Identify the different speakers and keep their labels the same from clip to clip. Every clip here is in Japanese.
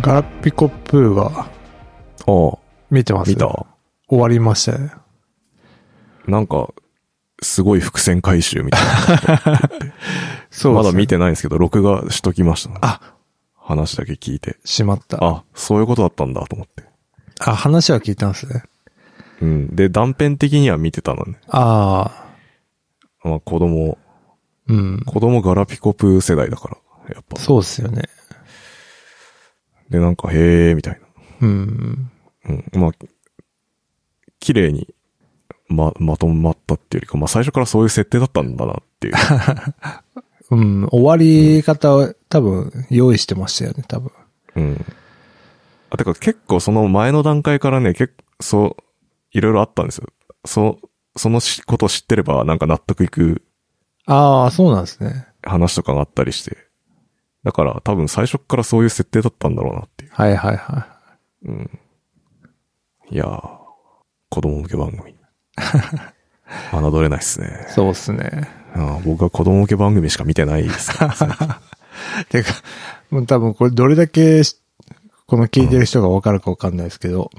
Speaker 1: ガラピコプーが
Speaker 2: おう
Speaker 1: 見てます
Speaker 2: 見た。
Speaker 1: 終わりましたね。
Speaker 2: なんか、すごい伏線回収みたいな。
Speaker 1: そう
Speaker 2: まだ見
Speaker 1: て。
Speaker 2: てないんですけど、録画しときました、
Speaker 1: あ、
Speaker 2: 話だけ聞いて。
Speaker 1: しまった。あ
Speaker 2: あ、そういうことだったんだと思って。
Speaker 1: 話は聞いたんですね。
Speaker 2: うん。で、断片的には見てたのね。
Speaker 1: ああ、
Speaker 2: まあ子供、
Speaker 1: うん。
Speaker 2: 子供ガラピコプー世代だから、やっぱ。
Speaker 1: そうっすよね。
Speaker 2: で、なんか、へーみたい
Speaker 1: うん。
Speaker 2: な。うん。まあ、綺麗に、ま、まとまったっていうよりか、まあ最初からそういう設定だったんだなっていう。
Speaker 1: うん、終わり方は多分用意してましたよね、多分。
Speaker 2: うん。あ、てか結構その前の段階からね、結構、そう、いろいろあったんですよ。そう、そのしこと知ってればなんか納得いく
Speaker 1: ああ、そうなんですね。
Speaker 2: 話とかがあったりして。だから多分最初っからそういう設定だったんだろうなっていう。
Speaker 1: はいはいは
Speaker 2: うん。いやー、子供向け番組。侮れないっすね
Speaker 1: い。。そうっすね。
Speaker 2: あー僕は子供向け番組しか見てないですから
Speaker 1: てか、もう多分これどれだけし、この聞いてる人がわかるかわかんないですけど、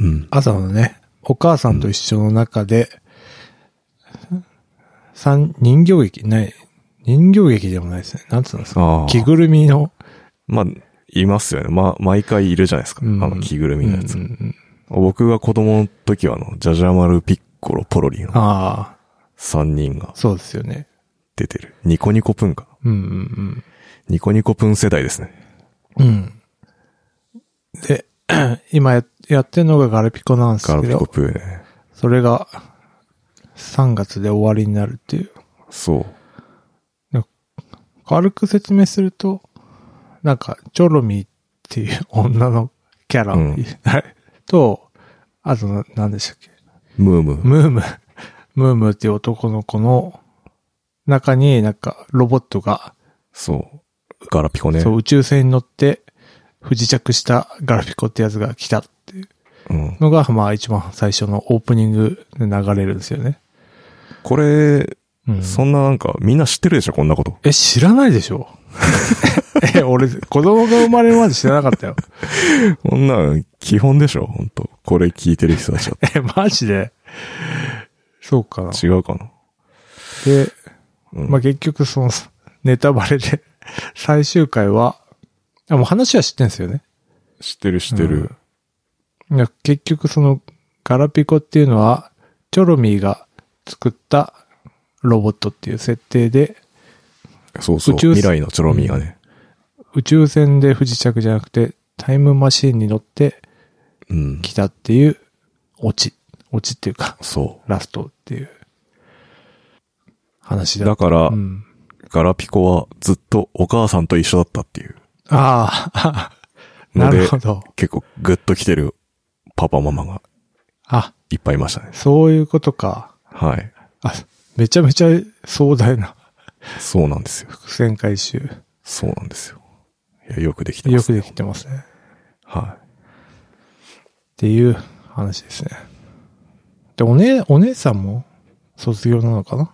Speaker 2: うん。
Speaker 1: 朝のね、お母さんと一緒の中で、三、人形劇ない、人形劇でもないですね。なんつうんですか
Speaker 2: ああ。
Speaker 1: 着ぐるみの、
Speaker 2: まあ、いますよね。まあ、毎回いるじゃないですか。
Speaker 1: うん
Speaker 2: あの着ぐる
Speaker 1: う
Speaker 2: みのやつ。
Speaker 1: んうんうん
Speaker 2: 僕が子供の時はあの、ジャジャマル、ピッコロ、ポロリの
Speaker 1: あ
Speaker 2: 3人が
Speaker 1: あ、そうですよね。
Speaker 2: 出てる。ニコニコプンか。
Speaker 1: うんうん
Speaker 2: ニコニコプン世代ですね。
Speaker 1: うん。うん。で、 今ややってるのがガルピコなんです
Speaker 2: ガラ
Speaker 1: け
Speaker 2: ピコ
Speaker 1: ど、
Speaker 2: プーね。
Speaker 1: それが3月で終わりになるっていう。
Speaker 2: そう。
Speaker 1: 軽く説明すると、なんか、チョロミーっていう女のキャラ、
Speaker 2: うん
Speaker 1: と、あとな、なんでしたっけ
Speaker 2: ムーム。
Speaker 1: ムーム、ムームっていう男の子の中になんかロボットが、
Speaker 2: そう。ガラピコね。
Speaker 1: そう宇宙船に乗って不時着したガラピコってやつが来たっていう
Speaker 2: うん。
Speaker 1: のが、まあ一番最初のオープニングで流れるんですよね。
Speaker 2: これ、
Speaker 1: うん、
Speaker 2: そんななんか、みんな知ってるでしょこんなこと。
Speaker 1: え、知らないでしょ え、俺、子供が生まれるまで知らなかったよ。
Speaker 2: こんなん、基本でしょ本当これ聞いてる人たちは。
Speaker 1: え、マジでそうかな。
Speaker 2: 違うかな。
Speaker 1: で、
Speaker 2: うん
Speaker 1: まあ、結局その、ネタバレで、最終回は、あ、もう話は知ってんですよね。
Speaker 2: 知ってる知ってる。
Speaker 1: いや結局その、ガラピコっていうのは、チョロミーが作ったロボットっていう設定で、
Speaker 2: そうそう。
Speaker 1: 宇宙
Speaker 2: 未来のチョロミーがね。
Speaker 1: 宇宙船で不時着じゃなくて、タイムマシーンに乗って
Speaker 2: うん。
Speaker 1: 来たっていう、オチ。オチっていうか、
Speaker 2: そ
Speaker 1: ラストっていう、話
Speaker 2: う。
Speaker 1: だ
Speaker 2: だ
Speaker 1: っ
Speaker 2: から
Speaker 1: た。う、ん。
Speaker 2: ガラピコはずっとお母さんと一緒だったっていう。
Speaker 1: ああ、
Speaker 2: の
Speaker 1: な
Speaker 2: で
Speaker 1: るほど。
Speaker 2: 結構グッと来てるパパママが
Speaker 1: あ、
Speaker 2: いっぱいいましたね。
Speaker 1: そういうことか。
Speaker 2: はい。
Speaker 1: あ、めちゃめちゃ壮大な
Speaker 2: そうなんですよ。
Speaker 1: 伏線回収。
Speaker 2: そうなんですよ。いや、よくできてま
Speaker 1: よ
Speaker 2: す、
Speaker 1: く
Speaker 2: ね。
Speaker 1: できてますね。
Speaker 2: は。
Speaker 1: っていう話ですね。で、お姉、お姉さんも卒業なのかない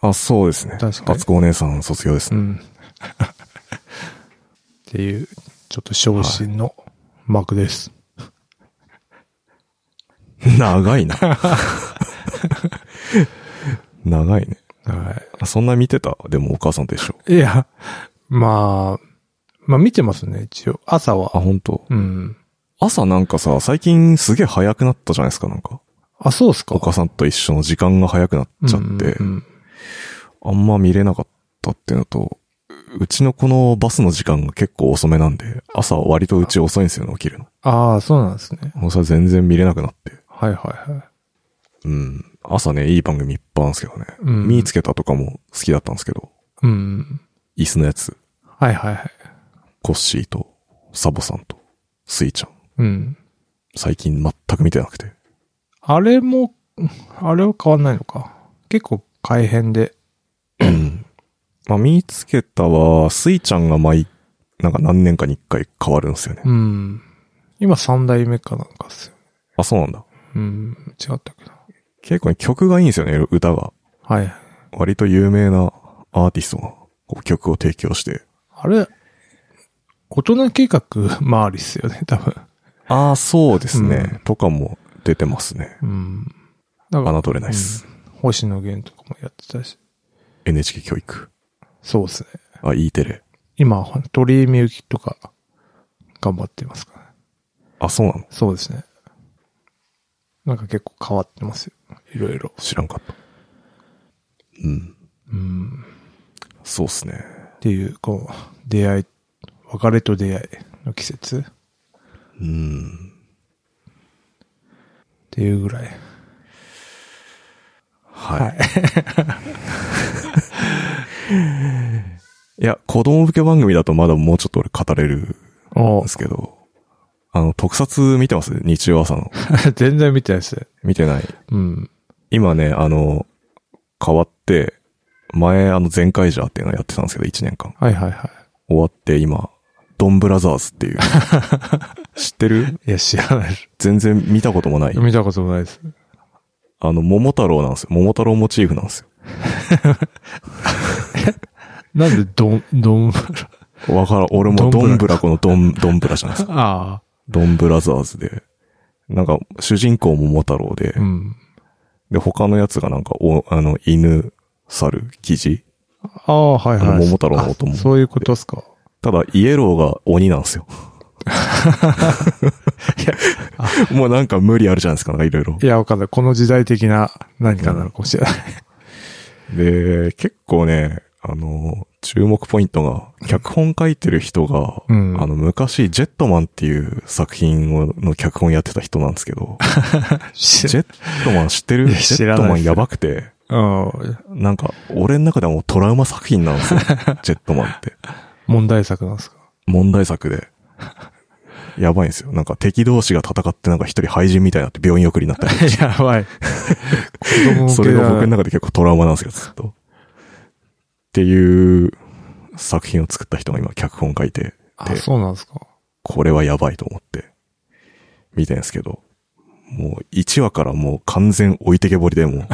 Speaker 2: あ、そうですね。
Speaker 1: 確かに
Speaker 2: あつこお姉さん卒業です
Speaker 1: う
Speaker 2: ね。
Speaker 1: ん。っていう、ちょっと昇進の幕です。
Speaker 2: 長いな。 長いね。
Speaker 1: は
Speaker 2: あそんな見てたでもお母さんと一緒。
Speaker 1: い。いや、まあ、まあ見てますね、一応。朝
Speaker 2: あ、
Speaker 1: は。
Speaker 2: 本当。
Speaker 1: うん。
Speaker 2: 朝なんかさ、最近すげえ早くなったじゃないですか、なんか。
Speaker 1: あ、そうっすか。
Speaker 2: お母さんと一緒の時間が早くなっちゃって。
Speaker 1: うんうんうん
Speaker 2: あんま見れなかったっていうのと、うちのこのバスの時間が結構遅めなんで、朝割とうち遅いんですよね、起きるの。
Speaker 1: ああ、そうなんですね。
Speaker 2: もうそれ全然見れなくなって。
Speaker 1: はいはいはい。
Speaker 2: うん。朝ね、いい番組いっぱいなんですけどね。
Speaker 1: うん
Speaker 2: 見つけたとかも好きだったんですけど、
Speaker 1: うん。
Speaker 2: 椅子のやつ、
Speaker 1: はいはいはい。
Speaker 2: コッシーと、サボさんと、スイちゃん。
Speaker 1: うん。
Speaker 2: 最近全く見てなくて。
Speaker 1: あれも、あれは変わんないのか。結構改変で。
Speaker 2: まあ、見つけたは、スイちゃんが毎、なんか何年かに一回変わるんですよね。
Speaker 1: うん。今三代目かなんかっすよ。
Speaker 2: あ、そうなんだ。
Speaker 1: うん。違ったけど。
Speaker 2: 結構ね、曲がいいんですよね、歌が。
Speaker 1: はい。
Speaker 2: 割と有名なアーティストがこう曲を提供して、
Speaker 1: あれ、大人計画周りっすよね、多分。
Speaker 2: ああ、そうです
Speaker 1: う
Speaker 2: ね、とかも出てますね。
Speaker 1: うん。だから、
Speaker 2: 侮れないっす。
Speaker 1: 星野源とかもやってたし。
Speaker 2: NHK 教育。
Speaker 1: そうですね。
Speaker 2: あ、E テレ。
Speaker 1: 今、鳥居みゆきとか、頑張ってますからね。
Speaker 2: あ、そうなの
Speaker 1: そうですね。なんか結構変わってますよ。いろいろ。
Speaker 2: 知らんかった。うん。
Speaker 1: うん。
Speaker 2: そうっすね。
Speaker 1: っていう、こう、出会い、別れと出会いの季節っ
Speaker 2: うん。
Speaker 1: ていうぐらい。
Speaker 2: はい。、
Speaker 1: はいい。
Speaker 2: や、子供向け番組だとまだもうちょっと俺語れるん
Speaker 1: お
Speaker 2: ですけど、あの、特撮見てます日曜朝の。
Speaker 1: 全然見てないですね。
Speaker 2: 見てない。
Speaker 1: うん。
Speaker 2: 今ね、あの、変わって、前、あの、全カイジャーっていうのやってたんですけど、1年間。
Speaker 1: はいはいは
Speaker 2: 終わって、今、ドンブラザーズっ ていう。知ってる
Speaker 1: い。いや、知らないです。
Speaker 2: 全然見たこともない。
Speaker 1: 見たこともないです。
Speaker 2: あの、桃太郎なんですよ。桃太郎モチーフなんです
Speaker 1: なんで、どん、 どん、
Speaker 2: よ。わからん。俺も
Speaker 1: ドン
Speaker 2: ドン
Speaker 1: ブ
Speaker 2: ブ
Speaker 1: ラ
Speaker 2: ラこのドン、ドンブラじゃな いですか。
Speaker 1: あ
Speaker 2: ドンブラザーズで。なんか、主人公桃太郎で
Speaker 1: あ。う、ん。
Speaker 2: で、他のやつがなんか、お、あの、犬、猿、キジ。
Speaker 1: ああ、はい
Speaker 2: あの
Speaker 1: はい。
Speaker 2: 桃太郎の音も
Speaker 1: あそういうことっすか。
Speaker 2: ただ、イエローが鬼なんで すよ。 もうなんか無理あるじゃないですか、なんかいろいろ
Speaker 1: い。や、わかんない。この時代的な何かなのかもしれ ない。
Speaker 2: で、結構ね、あの、注目ポイントが、脚本書いてる人が、
Speaker 1: うん
Speaker 2: あの、昔、ジェットマンっていう作品をの脚本やってた人なんです けど、
Speaker 1: 知
Speaker 2: ジェットマン知ってる
Speaker 1: いや
Speaker 2: ジ
Speaker 1: 知
Speaker 2: ェッ
Speaker 1: ら
Speaker 2: ト
Speaker 1: ない
Speaker 2: マ
Speaker 1: です
Speaker 2: ンやばくて、
Speaker 1: うん。
Speaker 2: なんか、俺の中ではもうトラウマ作品なん ですよ。ジェットマンって。
Speaker 1: 問題作なんですか。
Speaker 2: 問題作で。やばいんですよ。なんか敵同士が戦ってなんか一人廃人みたいになって病院送りになったり。
Speaker 1: やばい。子供向けだ
Speaker 2: それが僕の中で結構トラウマなんですけど、ずっと。っていう作品を作った人が今脚本書いて、
Speaker 1: あ、そうなんですか。
Speaker 2: これはやばいと思って見てんですけど、もう1話からもう完全置いてけぼりでもう、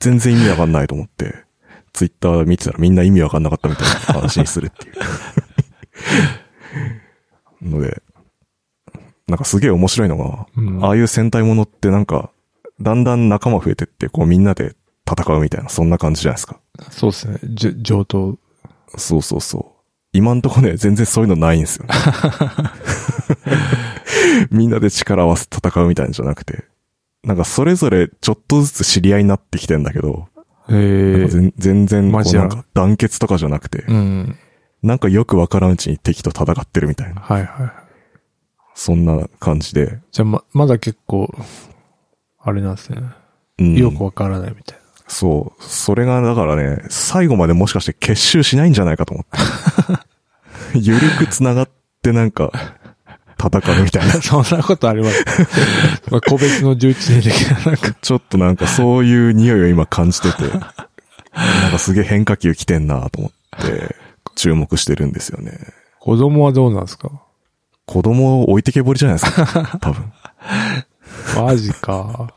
Speaker 2: 全然意味わかんないと思って、ツイッター見てたらみんな意味わかんなかったみたいな話にするっていう。ので、なんかすげえ面白いのが、
Speaker 1: うん
Speaker 2: ああいう戦隊ものってなんか、だんだん仲間増えてって、こうみんなで戦うみたいな、そんな感じじゃないですか。
Speaker 1: そうですね。じ上等。
Speaker 2: そうそうそう。今んとこね、全然そういうのないんで すよ、ね。みんなで力を合わせて戦うみたいなんじゃなくて、なんかそれぞれちょっとずつ知り合いになってきてんだけど、
Speaker 1: ええ
Speaker 2: なんか全全然こ
Speaker 1: マ
Speaker 2: う
Speaker 1: ジや
Speaker 2: なんか団結とかじゃなくて、
Speaker 1: うん。
Speaker 2: なんかよくわからんうちに敵と戦ってるみたいな、
Speaker 1: はいはい。
Speaker 2: そんな感じで、
Speaker 1: じゃあま、まだ結構、あれなんですね。
Speaker 2: うん、
Speaker 1: よくわからないみたいな。
Speaker 2: そう。それがだからね、最後までもしかして結集しないんじゃないかと思って。ゆるく繋がってなんか、戦うみたいな。
Speaker 1: そんなことあります。 まあ、個別の11人的な、なんか。
Speaker 2: ちょっとなんかそういう匂いを今感じてて、なんかすげえ変化球来てんなと思って、注目してるんですよね。
Speaker 1: 子供はどうなんですか
Speaker 2: 子供を置いてけぼりじゃないですか。多分。
Speaker 1: マジか。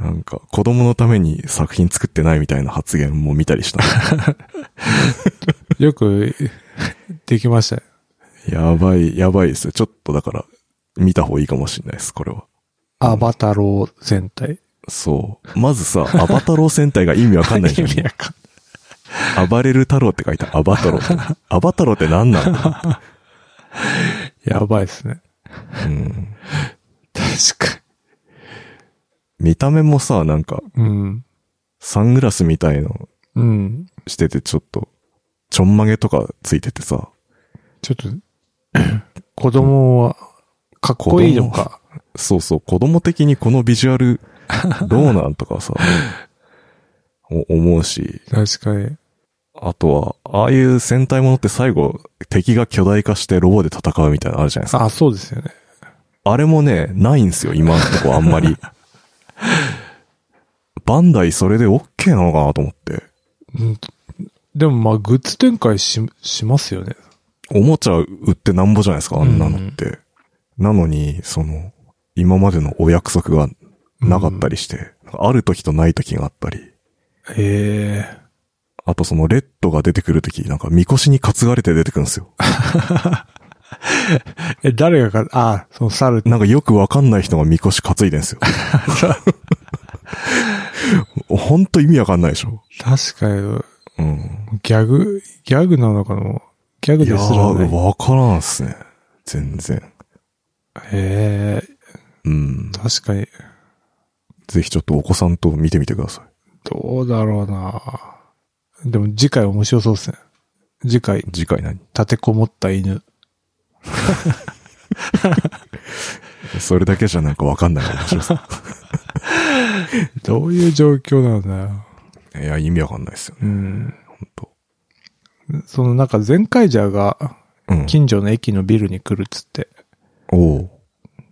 Speaker 2: なんか、子供のために作品作ってないみたいな発言も見たりした。
Speaker 1: よく、できましたね。
Speaker 2: やばい、やばいですよ。ちょっとだから、見た方がいいかもしれないです、これは。
Speaker 1: アバタロー戦隊。
Speaker 2: そう。まずさ、アバタロー戦隊が意味わかんない じ
Speaker 1: 意
Speaker 2: ゃん。
Speaker 1: 味わかんない
Speaker 2: 暴れる太郎って書いたア バタローって。アバタローって何なんだ、
Speaker 1: やばいですね。
Speaker 2: うん、
Speaker 1: 確か
Speaker 2: 見た目もさ、なんか、
Speaker 1: に。うん。
Speaker 2: サングラスみたいの
Speaker 1: うん。
Speaker 2: してて、ちょっと、ちょんまげとかついててさ、
Speaker 1: ちょっと、 子供は、かっこいいのか。
Speaker 2: そうそう、子供的にこのビジュアル、どうなんとかさ、お思うし、
Speaker 1: 確かに。
Speaker 2: あとは、ああいう戦隊ものって最後、敵が巨大化してロボで戦うみたいなのあるじゃないですか。
Speaker 1: あ、そうですよね。
Speaker 2: あれもね、ないんすよ、今のとこあんまり。バンダイそれで OK なのかなと思って。
Speaker 1: うんでもまあ、グッズ展開し、しますよね。
Speaker 2: おもちゃ売ってなんぼじゃないですか、あんなのって。なのに、その、今までのお約束がなかったりして、ある時とない時があったり、
Speaker 1: ええ
Speaker 2: あとそのレッドが出てくるとき、なんか、みこしに担がれて出てくるんですよ。
Speaker 1: え、誰がか、ああ、その猿。
Speaker 2: なんかよくわかんない人がみこし担いでんですよ。ほんと意味わかんないでしょ。
Speaker 1: 確かに、
Speaker 2: うん。
Speaker 1: ギャグ、ギャグなのかなギャグ
Speaker 2: いや
Speaker 1: ですらな
Speaker 2: ー、
Speaker 1: い。
Speaker 2: わからんっすね。全然。
Speaker 1: へえ、
Speaker 2: うん。
Speaker 1: 確かに。
Speaker 2: ぜひちょっとお子さんと見てみてくださ
Speaker 1: どうだろうなでも次回面白そうですね。次回、
Speaker 2: い。次回何
Speaker 1: 立てこもった犬。
Speaker 2: それだけじゃなんかわかんない面白さ
Speaker 1: どういう状況なんだよ。
Speaker 2: いや、意味わかん ないですよね。
Speaker 1: うん。
Speaker 2: ほんと。
Speaker 1: そのなんか全カイジャーが
Speaker 2: うん。
Speaker 1: 近所の駅のビルに来るっつって。
Speaker 2: おう。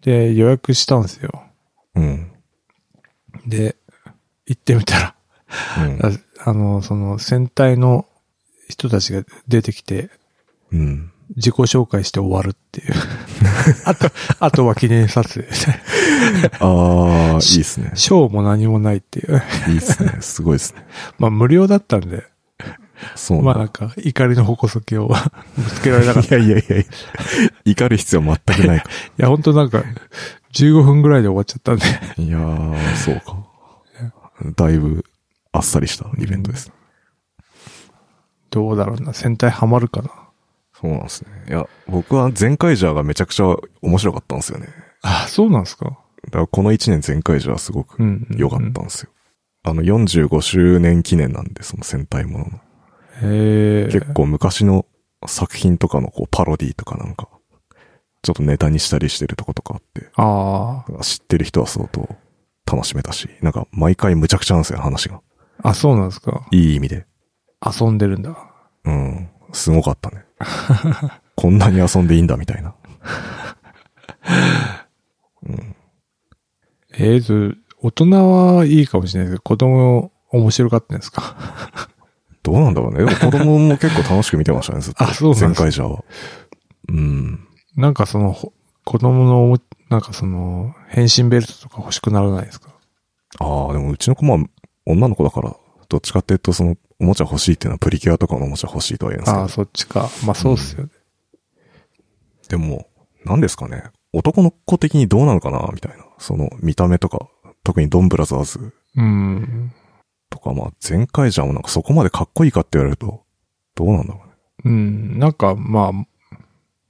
Speaker 1: で、予約したんですよ。
Speaker 2: うん。
Speaker 1: で、行ってみたら、
Speaker 2: うん
Speaker 1: ああの、その戦隊の人たちが出てきて、
Speaker 2: うん。
Speaker 1: 自己紹介して終わるっていう。あと、あとは記念撮影。
Speaker 2: ああ、いいっすね。
Speaker 1: ショーも何もないっていう。
Speaker 2: いいっすね。すごいっすね。
Speaker 1: まあ無料だったんで、
Speaker 2: そう
Speaker 1: まあ
Speaker 2: な
Speaker 1: なんんか怒りの矛先を ぶつけられなか
Speaker 2: だ。
Speaker 1: っ
Speaker 2: い
Speaker 1: た。い
Speaker 2: やいやいやいや怒る必要全くないか
Speaker 1: や、本当なんか15分ぐらいで終わっちゃったんで。
Speaker 2: ら。 いやー、そうか。だいぶ、あっさりしたイベントです。
Speaker 1: どうだろうな。戦隊ハマるかな。
Speaker 2: そうなんですね。いや、僕は全カイジャーがめちゃくちゃ面白かったんですよね。
Speaker 1: あ、そうなんですか。
Speaker 2: だからこの1年全カイジャーはすごく
Speaker 1: うんうんうん
Speaker 2: 良かったんですよ。あの45周年記念なんで、その戦隊ものの。
Speaker 1: へえ。
Speaker 2: 結構昔の作品とかのこうパロディとかなんか、ちょっとネタにしたりしてるとことかあって、
Speaker 1: あ
Speaker 2: 知ってる人は相当楽しめたし、なんか毎回むちゃくちゃなんですよ、話が。
Speaker 1: あ。あ、そうなんですか。
Speaker 2: いい意味で。
Speaker 1: 遊んでるんだ。
Speaker 2: うん。すごかっ たね。こんなに遊んでいいんだ、みたいな。
Speaker 1: ええと、大人はいいかもしれないですけど、子供面白かったんですか
Speaker 2: どうなんだろうね。でも子供も結構楽しく見てましたね、ずっ と。
Speaker 1: あそうなんです
Speaker 2: 前回じゃは。うん。
Speaker 1: なんかその、ほ子供のおも、なんかその、変身ベルトとか欲しくならないですか
Speaker 2: ああ、でもうちの子も女の子だから、どっちかっていうとその、おもちゃ欲しいっていうのはプリキュアとかのおもちゃ欲しいとは言うんですけど
Speaker 1: ああ、そっちか。まあそうっすよね。
Speaker 2: でも、何ですかね。男の子的にどうなのかなみたいな。その見た目とか、特にドンブラザーズ
Speaker 1: うん。
Speaker 2: とか、まあ、前回じゃもなんかそこまでかっこいいかって言われると、どうなんだろうね。
Speaker 1: うん。なんか、まあ、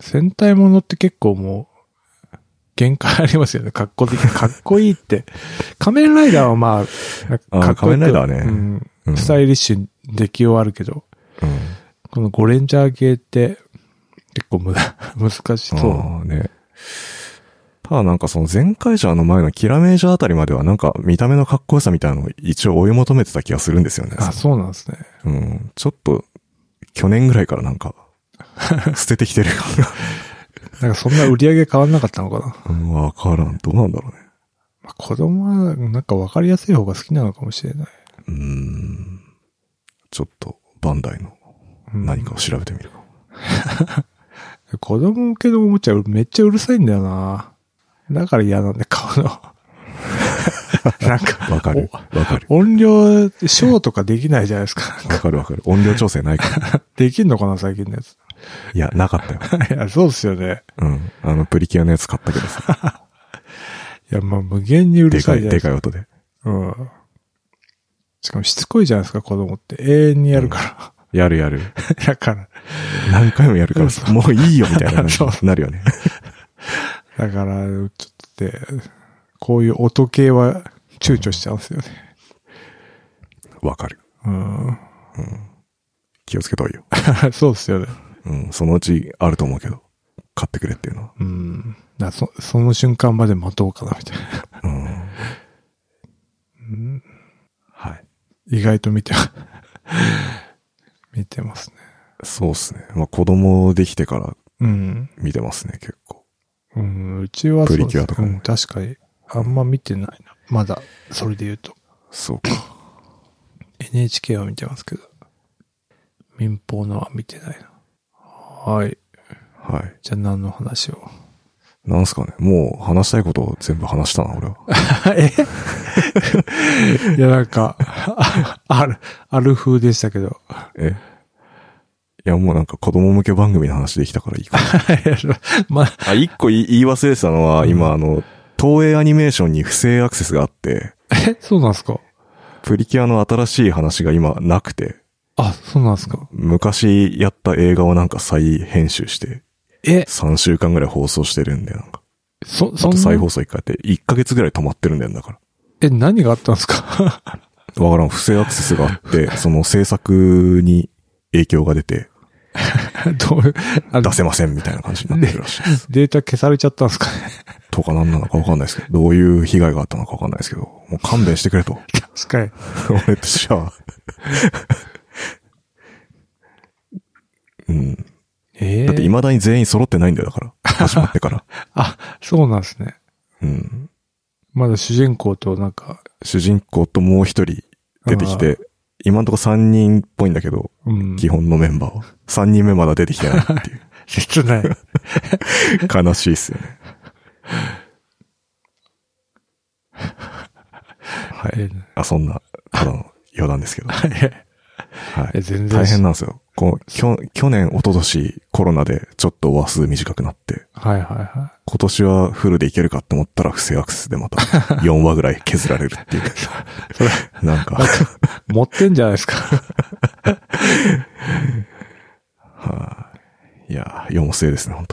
Speaker 1: 戦隊ものって結構もう、限界ありますよね。かっ こいい。かっこいいって。仮面ライダーはまあ、
Speaker 2: あ
Speaker 1: かっ
Speaker 2: ー
Speaker 1: こいいと。
Speaker 2: 仮面ライダーね
Speaker 1: うん
Speaker 2: うん。
Speaker 1: スタイリッシュに出来はあるけど、
Speaker 2: うん。
Speaker 1: このゴレンジャー系って、結構無駄、 難しそう。
Speaker 2: あーね。ただなんかその前回じゃの前のキラメージャーあたりまではなんか見た目のかっこよさみたいなのを一応追い求めてた気がするんですよね。
Speaker 1: あ、そうなんですね。
Speaker 2: うん。ちょっと、去年ぐらいからなん か、捨ててきてる感が
Speaker 1: なんかそんな売り上げ変わんなかったのかな。
Speaker 2: うん。わからん。どうなんだろうね。
Speaker 1: まあ子供は、なんか分かりやすい方が好きなのかもしれない。
Speaker 2: うーん。ちょっと、バンダイの
Speaker 1: うん
Speaker 2: 何かを調べてみるか。
Speaker 1: 子供向けのおもちゃめっちゃうるさいんだよな。だから嫌 なんで買うの。なんか、
Speaker 2: わかる。わかる。
Speaker 1: お音量、ショーとかできないじゃないですか。
Speaker 2: わかるわかる。音量調整ない から。
Speaker 1: できんのかな、最近のやつ。
Speaker 2: いや、なかったよ。
Speaker 1: いや、そうですよね。
Speaker 2: うん。あの、プリキュアのやつ買ったけど さ。
Speaker 1: いや、まあ、無限にうる
Speaker 2: で
Speaker 1: さ
Speaker 2: か
Speaker 1: い
Speaker 2: い、
Speaker 1: じゃない
Speaker 2: で
Speaker 1: ですか。
Speaker 2: かい音で。
Speaker 1: うん。しかもしつこいじゃないですか、子供って。永遠にやるか
Speaker 2: やるやる。
Speaker 1: ら。 だから、
Speaker 2: 何回もやるからさ、もういいよみたいな感じ
Speaker 1: そう
Speaker 2: になるよね。
Speaker 1: だから、ちょっとで、こういう音系は躊躇しちゃうんですよね。
Speaker 2: わかる。
Speaker 1: うん。
Speaker 2: 気をつけといよ。
Speaker 1: そうですよね。
Speaker 2: うん。そのうちあると思うけど、買ってくれっていうのは。
Speaker 1: うん。だそその瞬間まで待とうかな、みたいな。
Speaker 2: うん。はい。
Speaker 1: 意外と見て、見てますね。
Speaker 2: そうっすね。まあ、子供できてから
Speaker 1: うん。
Speaker 2: 見てますね、結構。
Speaker 1: うん、うちはそうです
Speaker 2: プリキュアとかも
Speaker 1: うん確かに。あんま見てないな。まだ、それで言うと。
Speaker 2: そう か。
Speaker 1: NHK は見てますけど。民放のは見てないな。はい。
Speaker 2: はい。
Speaker 1: じゃあ何の話を。
Speaker 2: なんすかね。もう話したいことを全部話したな、俺 は。
Speaker 1: いや、なんか、あある、ある風でしたけ ど。
Speaker 2: えいや、もうなんか子供向け番組の話できたからいいかな。
Speaker 1: まあ、
Speaker 2: あ、一個言い言い忘れてたのは、今あの、東映アニメーションに不正アクセスがあって、
Speaker 1: え、そうなんすか
Speaker 2: プリキュアの新しい話が今なくて、
Speaker 1: あ、そうなんすか
Speaker 2: 昔やった映画をなんか再編集して、
Speaker 1: え、
Speaker 2: 3週間ぐらい放送してるんで、なんか。
Speaker 1: そ、
Speaker 2: あ
Speaker 1: そ
Speaker 2: と再
Speaker 1: ん
Speaker 2: 放
Speaker 1: な、
Speaker 2: 送一回やって、1ヶ月ぐらい止まってるんだよ、だか
Speaker 1: え、何があったんですか
Speaker 2: ら。わからん、不正アクセスがあって、その制作に影響が出て、
Speaker 1: どういう、あの
Speaker 2: 出せませんみたいな感じになってるらしいです。
Speaker 1: データ消されちゃったんですか ね
Speaker 2: とか何なのかわかんないですけど、どういう被害があったのかわかんないですけど、もう勘弁してくれと。
Speaker 1: 確かに。
Speaker 2: 俺としては。うん。だ
Speaker 1: ええ
Speaker 2: って未だに全員揃ってないんだよ、だから。始まってから。
Speaker 1: あ、そうなんですね。
Speaker 2: うん。
Speaker 1: まだ主人公となんか、
Speaker 2: 主人公ともう一人出てきて、今んとこ3人っぽいんだけど、
Speaker 1: うん。
Speaker 2: 基本のメンバーは。3人目まだ出てきてないっていう。
Speaker 1: 切 ない。
Speaker 2: 悲しいっすよね。はい。
Speaker 1: え
Speaker 2: あ、そんな、ただの余談ですけど。 は
Speaker 1: え
Speaker 2: い。
Speaker 1: 全然。
Speaker 2: 大変なんですよ。こう、きょ去年、一昨年コロナでちょっと話数短くなって、
Speaker 1: はいはいは
Speaker 2: 今年はフルでいけるかって思ったら不正アクセスでまた 4話ぐらい削られるっていう。
Speaker 1: それ
Speaker 2: なんか、
Speaker 1: い。持ってんじゃないですか。
Speaker 2: はい。いや、4も末ですね、本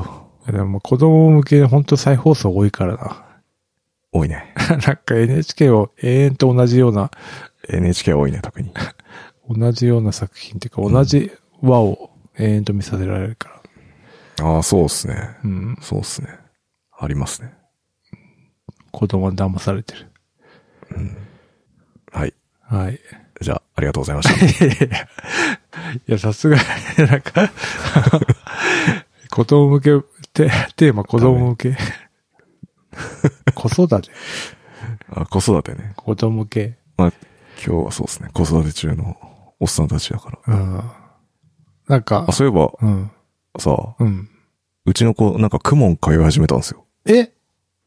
Speaker 2: 当
Speaker 1: でも子供向け本当再放送多いからな。
Speaker 2: 多いね。
Speaker 1: なんか NHK を永遠と同じような、
Speaker 2: NHK 多いね、特に。
Speaker 1: 同じような作品っていうか同じ輪を永遠と見させられるから。
Speaker 2: ああ、そうっすね。
Speaker 1: うん。
Speaker 2: そうっすね。ありますね。
Speaker 1: 子供は騙されてる。
Speaker 2: はい。
Speaker 1: はい。
Speaker 2: じゃあ、ありがとうございました。
Speaker 1: いや、さすがに、なんか、子供向け、テテーマ子供向け。子育て。
Speaker 2: あ子育てね。
Speaker 1: 子供系。
Speaker 2: まあ、今日はそうですね。子育て中のおっさんたちだから。
Speaker 1: うん。なんか
Speaker 2: あ、、そういえば、
Speaker 1: うん。
Speaker 2: さ、
Speaker 1: うん。
Speaker 2: うちの子、なんかクモン通い始めたんですよ。
Speaker 1: え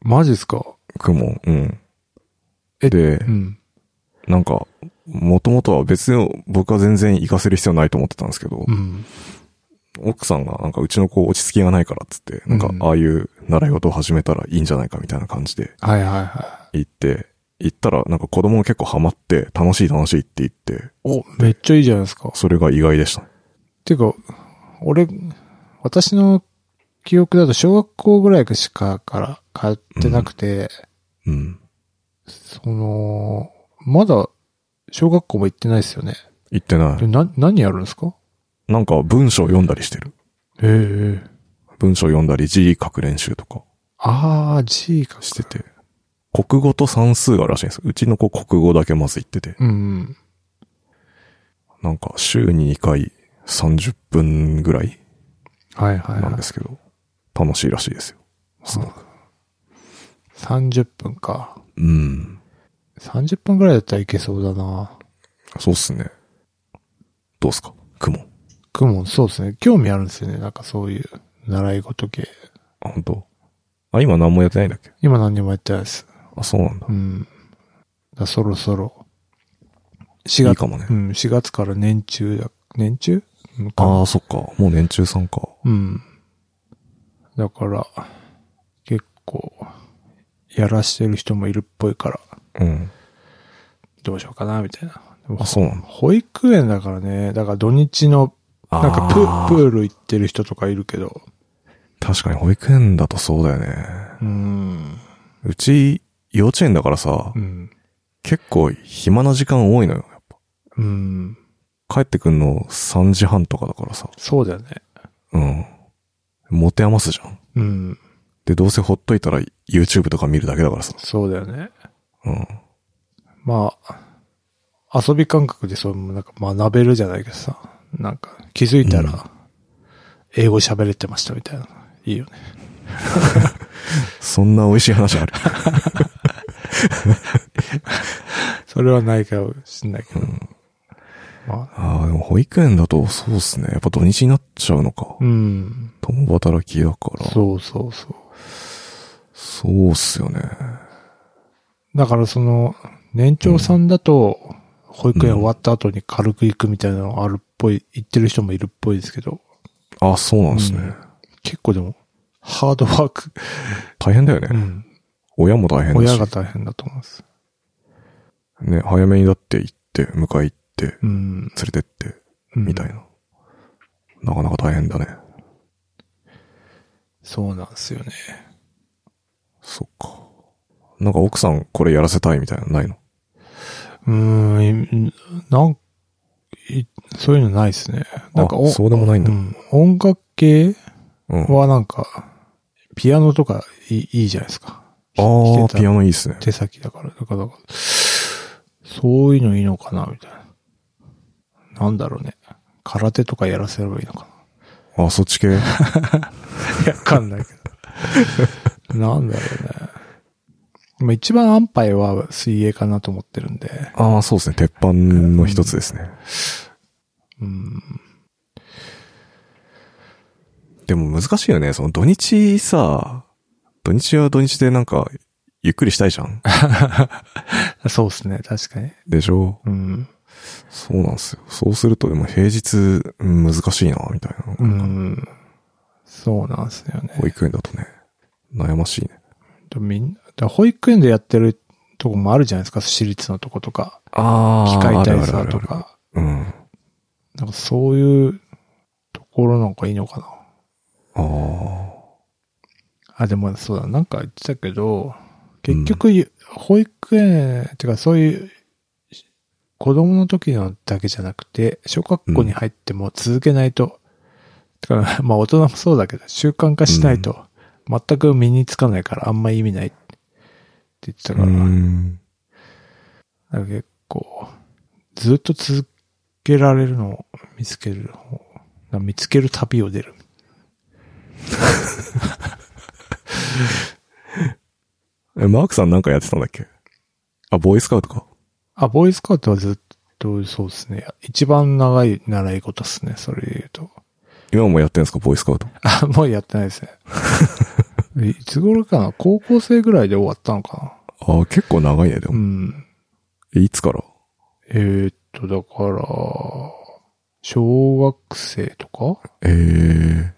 Speaker 1: マジっすか
Speaker 2: クモン。うん。
Speaker 1: え
Speaker 2: で
Speaker 1: う、ん。
Speaker 2: なんか、もともとは別に僕は全然行かせる必要ないと思ってたんですけど、
Speaker 1: うん。
Speaker 2: 奥さんがなんかうちの子落ち着きがないからっつって、なんか
Speaker 1: うん
Speaker 2: ああいう習い事を始めたらいいんじゃないかみたいな感じで
Speaker 1: はいはいはい。
Speaker 2: 行って、行ったらなんか子供が結構ハマって楽しい楽しいって言って、
Speaker 1: お、めっちゃいいじゃないですか。
Speaker 2: それが意外でしたね。
Speaker 1: ていうか、俺、私の記憶だと小学校ぐらいしかから通ってなくて、
Speaker 2: うん。
Speaker 1: その、まだ小学校も行ってないですよね。
Speaker 2: 行ってない。
Speaker 1: な、何やるんですか
Speaker 2: なんか文章読んだりしてる。
Speaker 1: ええ
Speaker 2: 文章読んだり字書く練習とか
Speaker 1: あー、G か。
Speaker 2: してて。国語と算数があるらしいんです。うちの子国語だけまず行ってて。
Speaker 1: うん。
Speaker 2: なんか週に2回30分ぐらい
Speaker 1: はいはい、
Speaker 2: な
Speaker 1: は
Speaker 2: んで
Speaker 1: い。
Speaker 2: すけど、楽しいらしいですよ。すごく。
Speaker 1: 30分か。
Speaker 2: うん。
Speaker 1: 30分ぐらいだったらいけそうだな。
Speaker 2: そうっすね。どうっすか雲。
Speaker 1: くも、そうですね。興味あるんですよね。なんかそういう習い事系。
Speaker 2: あ、本当。あ、今何もやってないんだっけ
Speaker 1: 今何にもやってないです。
Speaker 2: あ、そうなんだ
Speaker 1: う。ん。だからそろそろ。4
Speaker 2: いい
Speaker 1: 月、
Speaker 2: かもね
Speaker 1: う。ん、4月から年中だ、年中うんか
Speaker 2: ああ、そっか。もう年中さんか。
Speaker 1: うん。だから、結構、やらしてる人もいるっぽいから、
Speaker 2: うん。
Speaker 1: どうしようかな、みたいな。でも
Speaker 2: あ、そうなんだ。
Speaker 1: 保育園だからね、だから土日の、なんかプ
Speaker 2: あー
Speaker 1: プール行ってる人とかいるけど、
Speaker 2: 確かに保育園だとそうだよね。
Speaker 1: うん。
Speaker 2: うち、幼稚園だからさ、
Speaker 1: うん。
Speaker 2: 結構暇な時間多いのよ。やっ
Speaker 1: うん。
Speaker 2: ぱ帰ってくんの3時半とかだからさ。
Speaker 1: そうだよね。
Speaker 2: うん。持て余すじゃん。
Speaker 1: うん。
Speaker 2: で、どうせほっといたら YouTube とか見るだけだからさ。
Speaker 1: そうだよね。
Speaker 2: うん。
Speaker 1: まあ、遊び感覚でそういう、なんか学べるじゃないけどさ、なんか気づいた
Speaker 2: うん
Speaker 1: ら、英語喋れてましたみたいな。いいよね。
Speaker 2: そんな美味しい 話ある。
Speaker 1: それはないかもしんないけど。
Speaker 2: うん
Speaker 1: まあ、
Speaker 2: ああ、でも保育園だとそうっすね。やっぱ土日になっちゃうのか。
Speaker 1: うん。
Speaker 2: 共働きだから。
Speaker 1: そうそうそう。
Speaker 2: そうっすよね。
Speaker 1: だからその、年長さんだと、保育園終わった後に軽く行くみたいなのあるっぽい、行ってる人もいるっぽいですけど。
Speaker 2: あ、そうなんですね。
Speaker 1: うん結構でも、ハードワーク。
Speaker 2: 大変だよね。
Speaker 1: うん。
Speaker 2: 親も大変だ
Speaker 1: 親
Speaker 2: し
Speaker 1: が。大変だと思います。
Speaker 2: ね、早めにだって行って、迎え行って、連
Speaker 1: うん。
Speaker 2: れてって、
Speaker 1: うん
Speaker 2: みたいな。なかなか大変だね。
Speaker 1: そうなんですよね。
Speaker 2: そっか。なんか奥さんこれやらせたいみたいなのないの
Speaker 1: うーん、なん、いそういうのないですね。なんか
Speaker 2: あそうでもないんだ
Speaker 1: うん、音楽系
Speaker 2: うん。あ
Speaker 1: はなんか、ピアノとかいいいいじゃないですか。
Speaker 2: あ
Speaker 1: 弾け
Speaker 2: ー、
Speaker 1: た
Speaker 2: ピアノいいっすね。
Speaker 1: 手先だから、だから、だからそういうのいいのかな、みたいな。なんだろうね。空手とかやらせればいいのか
Speaker 2: あ、そっち系。
Speaker 1: な。いやわかんないけど。 なんだろうね。まあ一番安牌は水泳かなと思ってるんで。
Speaker 2: ああ、そうですね。鉄板の一つですね。
Speaker 1: うん。
Speaker 2: でも難しいよね。その土日さ、土日は土日でなんか、ゆっくりしたいじゃ ん。
Speaker 1: そうですね、確かに。
Speaker 2: でしょ
Speaker 1: うん。
Speaker 2: そうなんですよ。そうすると、でも平日、うん難しいな、みたいな。
Speaker 1: うん。そうなんですよね。
Speaker 2: 保育園だとね、悩ましいね。
Speaker 1: みんな、だから保育園でやってるとこもあるじゃないですか、私立のとことか、
Speaker 2: あ
Speaker 1: 機械体操と
Speaker 2: とか
Speaker 1: か。
Speaker 2: うん。あ
Speaker 1: なんかそういうところなんかいいのかな。
Speaker 2: あ。
Speaker 1: あ、でもそうだ、なんか言ってたけど、結局、保育園、ってかそういう、子供の時のだけじゃなくて、小学校に入っても続けないと、てか まあ大人もそうだけど、習慣化しないと、全く身につかないからあんま意味ないって言ってた
Speaker 2: う
Speaker 1: から、
Speaker 2: ん。
Speaker 1: なんか結構、ずっと続けられるのを見つける方、なんか見つける旅を出る。
Speaker 2: え、マークさんなんかやってたんだっけあ、ボーイスカウトか。
Speaker 1: あ、ボーイスカウトはずっとそうですね。一番長い習い事ですね。それで言うと。
Speaker 2: 今もやってんすか、ボーイスカウト。
Speaker 1: あ、もうやってないですね。い つ頃かな高校生ぐらいで終わったのか
Speaker 2: ああ、結構長いね、
Speaker 1: な
Speaker 2: でも。
Speaker 1: うん。
Speaker 2: えいつから
Speaker 1: えー、っと、だから、小学生とか
Speaker 2: ええ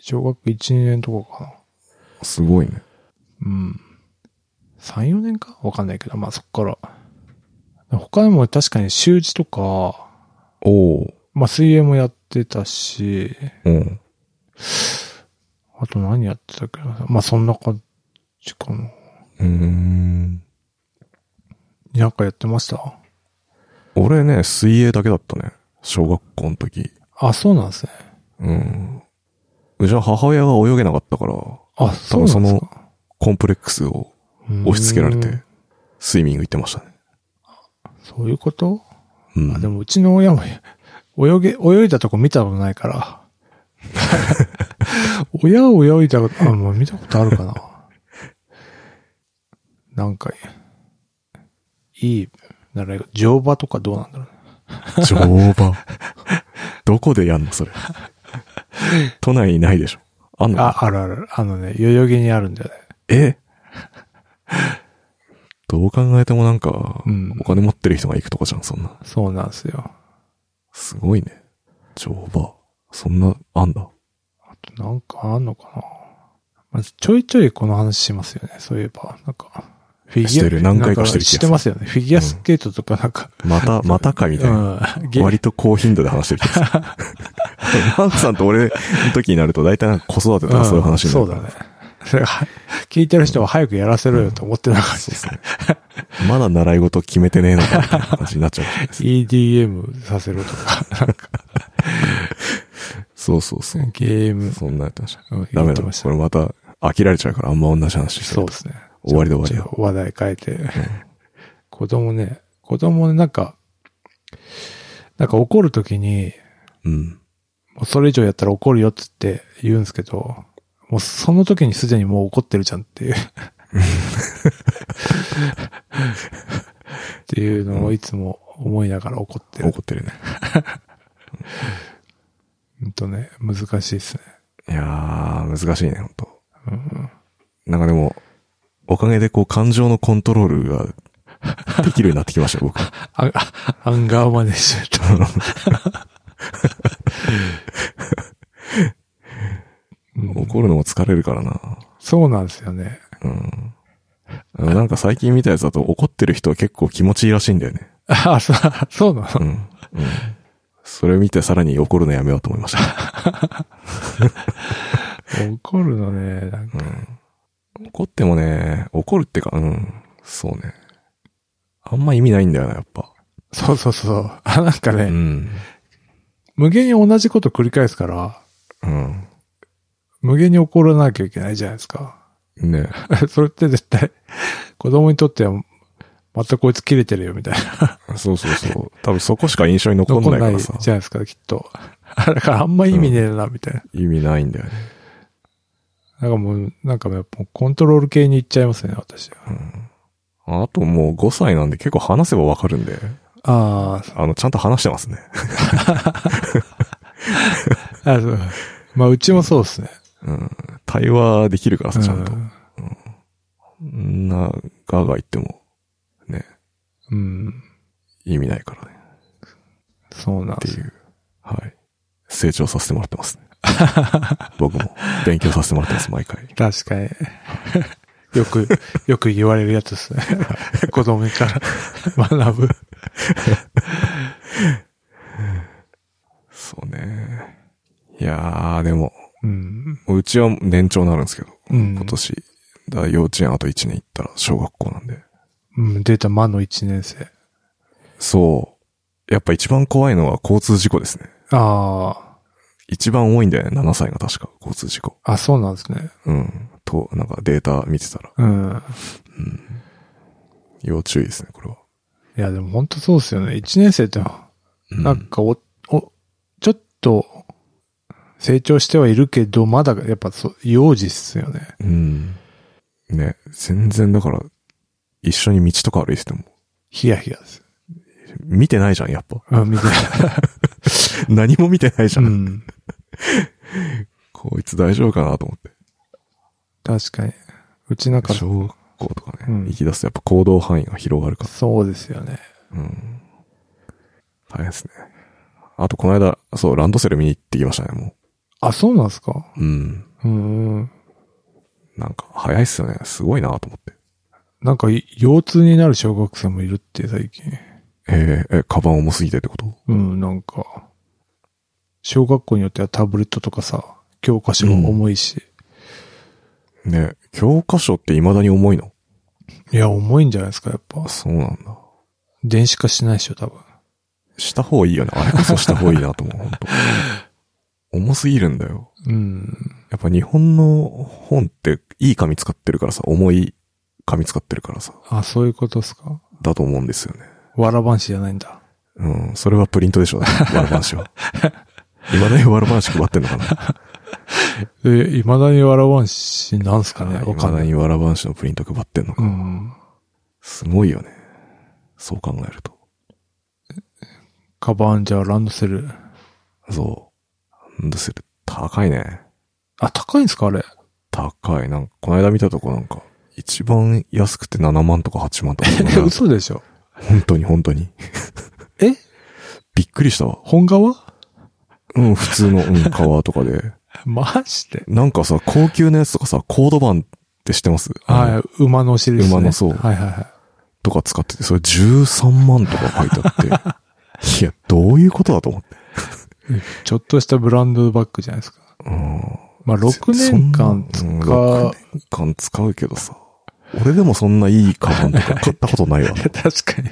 Speaker 1: 小学1、2年とかかな
Speaker 2: すごいね。
Speaker 1: うん。3、4年かわかんないけど、まあそっから。他にも確かに習字とか、
Speaker 2: おお。
Speaker 1: まあ水泳もやってたし、
Speaker 2: うん。
Speaker 1: あと何やってたっけなまあそんな感じかな。
Speaker 2: うーん。
Speaker 1: なんかやってました
Speaker 2: 俺ね、水泳だけだったね。小学校の時。
Speaker 1: あ、そうなんですね。
Speaker 2: うん。うちの母親が泳げなかったから、
Speaker 1: あ、そうなんですか。
Speaker 2: コンプレックスを押し付けられ
Speaker 1: う
Speaker 2: て
Speaker 1: ん。、
Speaker 2: スイミング行ってましたね。
Speaker 1: そういうこと、
Speaker 2: うん。
Speaker 1: あ、でもうちの親も泳げ、泳いだとこ見たことないから。 親を泳いだこと、あ、もう見たことあるかな。なんか、いい、なら、乗馬とかどうなんだろうね。
Speaker 2: 乗馬。 どこでやんのそれ。都内にないでしょ。あんの
Speaker 1: あ、あるある。あのね、代々木にあるんだよね。
Speaker 2: えどう考えてもなんか、
Speaker 1: うん
Speaker 2: お金持ってる人が行くとこじゃん、そんな。
Speaker 1: そうなんですよ。
Speaker 2: すごいね。乗馬。そんな、あんだ。
Speaker 1: なんかあんのかな、まあ、ちょいちょいこの話しますよね。そういえば、なんか、フィギュア。
Speaker 2: してる何回かしてる気がする
Speaker 1: なんしてますよね。フィギュアスケートとかなんか、
Speaker 2: また、またかみたいな。
Speaker 1: うんゲ
Speaker 2: 割と高頻度で話してる気がする。マークさんと俺の時になると大体なんか子育てとかそういう話にな
Speaker 1: そ
Speaker 2: る
Speaker 1: うだ
Speaker 2: から。
Speaker 1: ね。 それは聞いてる人は早くやらせろよと思ってなかった
Speaker 2: そうそう。まだ習い事決めてねえのかみたいな感じになっちゃうかもしれないです。
Speaker 1: EDM させろとか、なんか
Speaker 2: そう そうそう。
Speaker 1: ゲーム、
Speaker 2: そんなやってました。
Speaker 1: うん
Speaker 2: ダ
Speaker 1: や
Speaker 2: メ
Speaker 1: って
Speaker 2: だ。
Speaker 1: ました
Speaker 2: これまた飽きられちゃうからあんま同じ話して
Speaker 1: そう
Speaker 2: る
Speaker 1: で。すね。
Speaker 2: 終わりで終わ
Speaker 1: ち
Speaker 2: りだ
Speaker 1: ょっと話題変えて。子供ね、子供ね、なんか、なんか怒るときに、
Speaker 2: うん。
Speaker 1: もうそれ以上やったら怒るよっつって言うんですけど、もうその時にすでにもう怒ってるじゃん っていう。っていうのをいつも思いながら怒ってる。
Speaker 2: 怒ってるね。
Speaker 1: うんとね、難しいですね。
Speaker 2: いやー、難しいね、ほんと。
Speaker 1: うん
Speaker 2: なんかでも、おかげでこう感情のコントロールができるようになってきました、僕。
Speaker 1: あ、あアンガーマネジメント。うん
Speaker 2: 怒るのも疲れるからな。
Speaker 1: そうなんですよね。
Speaker 2: うん。あのなんか最近見たやつだと怒ってる人は結構気持ちいいらしいんだよね。
Speaker 1: あ、そう、そうな
Speaker 2: うん。うん、それ見てさらに怒るのやめようと思いました。
Speaker 1: の怒るのね、なんか
Speaker 2: うん。怒ってもね、怒るってか、うん。そうね。あんま意味ないんだよな、やっぱ。
Speaker 1: そうそうそう。あ、なんかね、
Speaker 2: うん。
Speaker 1: 無限に同じこと繰り返すから、
Speaker 2: うん。
Speaker 1: 無限に怒らなきゃいけないじゃないですか。
Speaker 2: ね。
Speaker 1: それって絶対、子供にとっては、またこいつ切れてるよみたいな。
Speaker 2: そうそうそう。多分そこしか印象に残ん
Speaker 1: 残
Speaker 2: な
Speaker 1: ん
Speaker 2: いか
Speaker 1: ない
Speaker 2: ら
Speaker 1: じ
Speaker 2: さ
Speaker 1: ゃ。ないですか、きっと。だからあんま意味ねえな、みたいな。
Speaker 2: 意味ないんだよね。
Speaker 1: なんかもう、なんかやっぱコントロール系に行っちゃいますね、私は。
Speaker 2: うん。あともう5歳なんで結構話せばわかるんで、
Speaker 1: あ
Speaker 2: あの、ちゃんと話してますね。
Speaker 1: あ、あそうまあ、うちもそうですね。
Speaker 2: うん。対話できるからさ、ちゃんと
Speaker 1: う。ん
Speaker 2: んな、ガーガー言っても、ね、
Speaker 1: うん。
Speaker 2: 意味ないからね、
Speaker 1: そうなん
Speaker 2: って
Speaker 1: です
Speaker 2: い
Speaker 1: よ。
Speaker 2: う。はい。成長させてもらって ますね。僕も勉強させてもらってます、毎回。
Speaker 1: 確かに。よく、よく言われるやつですね。 子供から学ぶ。
Speaker 2: そうね。いやー、でも、
Speaker 1: うん。
Speaker 2: うちは年長になるんですけど、
Speaker 1: うん
Speaker 2: 今年、だから幼稚園あと1年行ったら小学校なんで。
Speaker 1: うん、出た魔の一年生。
Speaker 2: そう。やっぱ一番怖いのは交通事故ですね。
Speaker 1: あ
Speaker 2: 一番多いんだよね、7歳が確か、交通事故。
Speaker 1: あ、あ、そうなんですね。
Speaker 2: うん。と、なんかデータ見てたら、
Speaker 1: うん。
Speaker 2: 要注意ですね、これは。
Speaker 1: いや、でも本当そうですよね。一年生って、
Speaker 2: うん
Speaker 1: なんかお、お、ちょっと、成長してはいるけど、まだ、やっぱ、そう、幼児っすよね。
Speaker 2: うん。ね、全然だから、一緒に道とか歩いてても、
Speaker 1: ヒヤヒヤです。
Speaker 2: 見てないじゃん、やっぱ。
Speaker 1: あ、見て
Speaker 2: 何も見てないじゃ。
Speaker 1: うんん。
Speaker 2: こいつ大丈夫かなと思って。
Speaker 1: 確かに。うちなんか、
Speaker 2: 小学校とかね、
Speaker 1: うん
Speaker 2: 行き出すとやっぱ行動範囲が広がるか
Speaker 1: そうですよね。
Speaker 2: ら。うん。大変ですね。あと、この間、そう、ランドセル見に行ってきましたね、も
Speaker 1: あ、そうなんですか
Speaker 2: う。うん。
Speaker 1: うんうん。
Speaker 2: なんか、早いっすよね。すごいなと思って。
Speaker 1: なんかい、腰痛になる小学生もいるって、最近。
Speaker 2: えー、え、カバン重すぎてってこと
Speaker 1: うん、なんか、小学校によってはタブレットとかさ、教科書が重いし。
Speaker 2: ね、教科書って未だに重いの
Speaker 1: いや、重いんじゃないですか、やっぱ
Speaker 2: あ、。そうなんだ。
Speaker 1: 電子化しないでしょ、多分。
Speaker 2: した方がいいよね。あれこそした方がいいなと思 う、本当重すぎるんだよ。
Speaker 1: うん。
Speaker 2: やっぱ日本の本っていい紙使ってるからさ、重い紙使ってるからさ、
Speaker 1: あ、そういうことですか。
Speaker 2: だと思うんですよね。
Speaker 1: わらばんしじゃないんだ。
Speaker 2: うん、それはプリントでしょうね。わらばん しは。今だにわらばんし配ってんのかな
Speaker 1: え、未だにわらばんしなんすかねわ
Speaker 2: 今
Speaker 1: かんな
Speaker 2: だ
Speaker 1: い。
Speaker 2: にわらばんしのプリント配ってんの
Speaker 1: う
Speaker 2: か。
Speaker 1: ん。
Speaker 2: すごいよね。そう考えると。
Speaker 1: カバンじゃあランドセル。
Speaker 2: そう。ランドセル高いね。
Speaker 1: あ、高いんすかあれ。
Speaker 2: 高い。なんか、この間見たとこなんか、一番安くて7万とか8万とかそんな
Speaker 1: え、
Speaker 2: の。
Speaker 1: 嘘でしょ
Speaker 2: 本当に本当に。
Speaker 1: え
Speaker 2: びっくりしたわ。
Speaker 1: 本革
Speaker 2: うん、普通の、うん、革とかで。
Speaker 1: マジで
Speaker 2: なんかさ、高級なやつとかさ、コードバンって知ってますい。
Speaker 1: はい、馬のお尻ですね。
Speaker 2: 馬のそう
Speaker 1: はいはいはい。
Speaker 2: とか使ってて、それ13万とか書いてあ って。いや、どういうことだと思って。
Speaker 1: ちょっとしたブランドバッグじゃないですか。
Speaker 2: うん。
Speaker 1: まあ、6年間使
Speaker 2: そんなうん6
Speaker 1: う。
Speaker 2: 年間使うけどさ。俺でもそんないいカバ ンとか買ったことないわ。
Speaker 1: 確かに。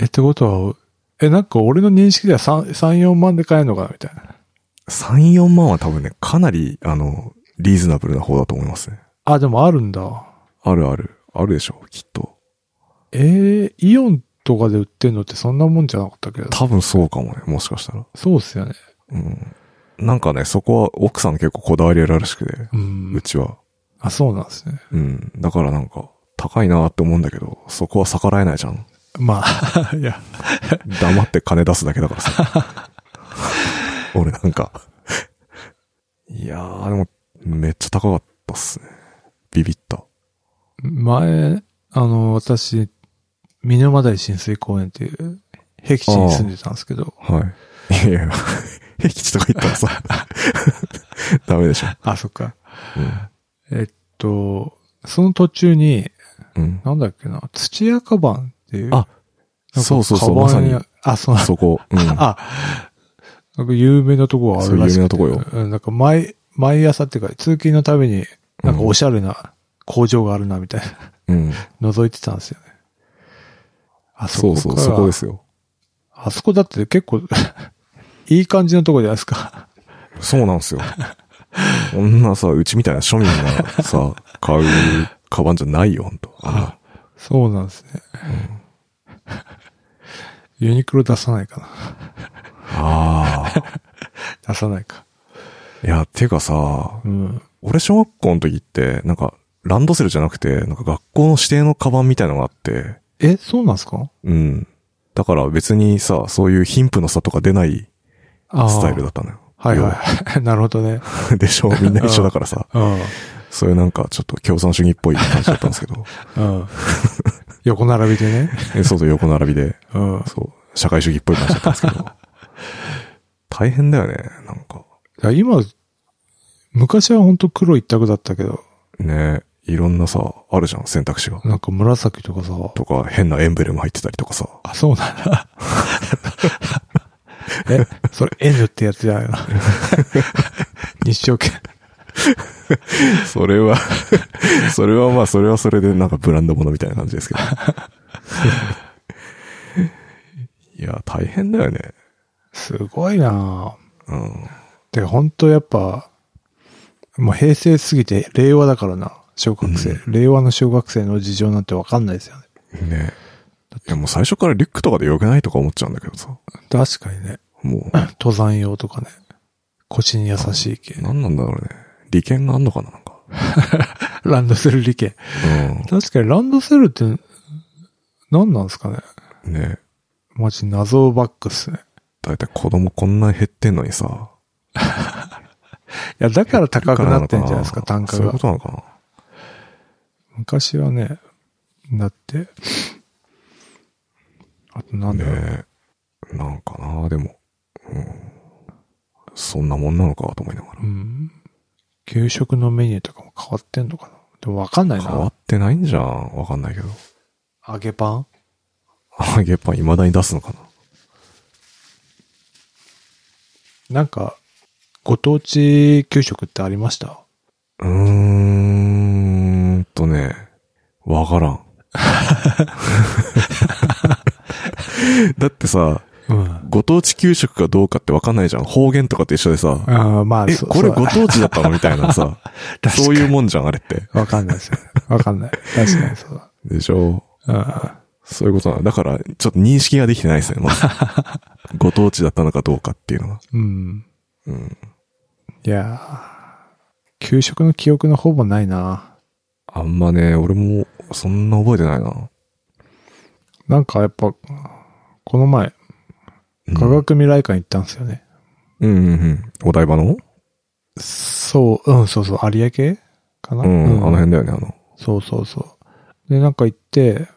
Speaker 1: え、ってことは、え、なんか俺の認識では3、3 4万で買えるのかなみたいな。
Speaker 2: 3、4万は多分ね、かなり、あの、リーズナブルな方だと思いますね。
Speaker 1: あ、でもあるんだ。
Speaker 2: あるある。あるでしょ、きっと。
Speaker 1: えー、イオンとかで売ってんのってそんなもんじゃなかったっけど。
Speaker 2: 多分そうかもね、もしかしたら。
Speaker 1: そうっすよね。
Speaker 2: うん。なんかね、そこは奥さん結構こだわりあるらしくて、
Speaker 1: う。
Speaker 2: うんちは。
Speaker 1: あ、そうなんですね。
Speaker 2: うん。だからなんか、高いなって思うんだけど、そこは逆らえないじゃ ん。
Speaker 1: ま あ、いや、
Speaker 2: 黙って金出すだけだからさ。 俺なんか。いやー、でも、めっちゃ高かったっすね。ビビった。
Speaker 1: 前、あの、私、見沼台浸水公園っていう、僻地に住んでたんですけど、
Speaker 2: はい。いやいや、平吉とか言ったらさ、 ダメでしょ。
Speaker 1: あ、そっか。
Speaker 2: う
Speaker 1: えっと、その途中に、
Speaker 2: ん。うん
Speaker 1: なんだっけな、土屋カバンっていう。
Speaker 2: あ
Speaker 1: なんか
Speaker 2: そうそうそう
Speaker 1: カバン
Speaker 2: まさに
Speaker 1: やあ、そうなん
Speaker 2: そこ、 うん。
Speaker 1: あ、なんか有名なとこがあるらしくて。
Speaker 2: そう有名なと
Speaker 1: うんなんか毎、毎朝っていうか、通勤のために、なんかおしゃれな工場があるな、みたい
Speaker 2: うん。
Speaker 1: な。 覗いてたんですよね。あ
Speaker 2: そうそう、そこですよ。
Speaker 1: あそこだって結構、 いい感じのとこじゃないですか。
Speaker 2: そうなんですよ。こんなさ、うちみたいな庶民がさ、買う、カバンじゃないよ、ほんと。あ
Speaker 1: そうなんですね。ユニクロ出さないかな。
Speaker 2: あー。あ
Speaker 1: 出さないか。
Speaker 2: いや、てかさ、
Speaker 1: うん。
Speaker 2: 俺小学校の時って、なんか、ランドセルじゃなくて、なんか学校の指定のカバンみたいのがあって、
Speaker 1: え、そうなんですか
Speaker 2: うん。だから別にさ、そういう貧富の差とか出ない
Speaker 1: あー
Speaker 2: スタイルだったのよ。
Speaker 1: はいはい。 なるほどね。
Speaker 2: い。でしょみんな一緒だから さ。
Speaker 1: う
Speaker 2: そういうなんかちょっと共産主義っぽい感じだったんです けど。
Speaker 1: ん。うん。横並びでね。
Speaker 2: えそうそう、横並びで。
Speaker 1: うん。
Speaker 2: そう、社会主義っぽい感じだったんですけど。大変だよね、なんか。
Speaker 1: いや今、昔は本当黒一択だったけど、
Speaker 2: ねいろんなさ、あるじゃん、選択肢が。
Speaker 1: なんか紫とかさ、
Speaker 2: とか、変なエンブレム入ってたりとかさ。
Speaker 1: あ、そうなんだ。 え、それ N ってやつじゃないの 日照券。
Speaker 2: それは、 それはまあ、それはそれでなんかブランドものみたいな感じですけど。 いや、大変だよね。
Speaker 1: すごいなぁ。
Speaker 2: うん。
Speaker 1: てか本当やっぱ、もう平成すぎて令和だからな、小学生。令和の小学生の事情なんてわかんないですよね。
Speaker 2: ねいや、もう最初からリュックとかでよくないとか思っちゃうんだけどさ。
Speaker 1: 確かにね。
Speaker 2: も
Speaker 1: 登山用とかね。腰に優しい系
Speaker 2: う、。何なんだろうね。利権があんのかな、なんか。
Speaker 1: ランドセル利権。確かにランドセルって、何なんですかね
Speaker 2: うん。ね
Speaker 1: マジ謎バックっすね。
Speaker 2: だいたい子供こんな減ってんのにさ。
Speaker 1: いや、だから高くなってんじゃないですか、
Speaker 2: だ
Speaker 1: 単
Speaker 2: らの
Speaker 1: 価
Speaker 2: そうい
Speaker 1: が
Speaker 2: うこ。となのかな。
Speaker 1: 昔はね、だって、あとなんだろう。
Speaker 2: ねえ。なんかな、でも。うん。そんなもんなのかと思いながら
Speaker 1: う。ん。給食のメニューとかも変わってんのかなでもわかんない
Speaker 2: 変わ
Speaker 1: な。
Speaker 2: ってないんじゃん。わかんないけど。
Speaker 1: 揚げパン
Speaker 2: 揚げパン未だに出すのかな。
Speaker 1: なんか、ご当地給食ってありました
Speaker 2: うーんとね、わから ん。だってさ、
Speaker 1: うん。
Speaker 2: ご当地給食かどうかってわかんないじゃん。方言とかと一緒でさ、
Speaker 1: ああ、まあ、
Speaker 2: え、
Speaker 1: そ
Speaker 2: これ
Speaker 1: そう
Speaker 2: ご当地だったのみたいな さ、
Speaker 1: 確か
Speaker 2: そういうもんじゃん、あれって。
Speaker 1: わかんないですよね。わかんない。確かにそうだ。
Speaker 2: でしょ
Speaker 1: うん。
Speaker 2: そういうことなの。だから、ちょっと認識ができてないですね、ま ずご当地だったのかどうかっていうのが。
Speaker 1: うん。
Speaker 2: うん。
Speaker 1: いやー、給食の記憶のほぼないな。
Speaker 2: あんまね、俺もそんな覚えてないな。
Speaker 1: なんかやっぱ、この前、
Speaker 2: うん
Speaker 1: 科学未来館行ったんですよね。
Speaker 2: うんうんうん。お台場の
Speaker 1: そう、うん、そうそう、有明かな、
Speaker 2: うん、あの辺だよね、あの。
Speaker 1: そうそうそう。で、なんか行って、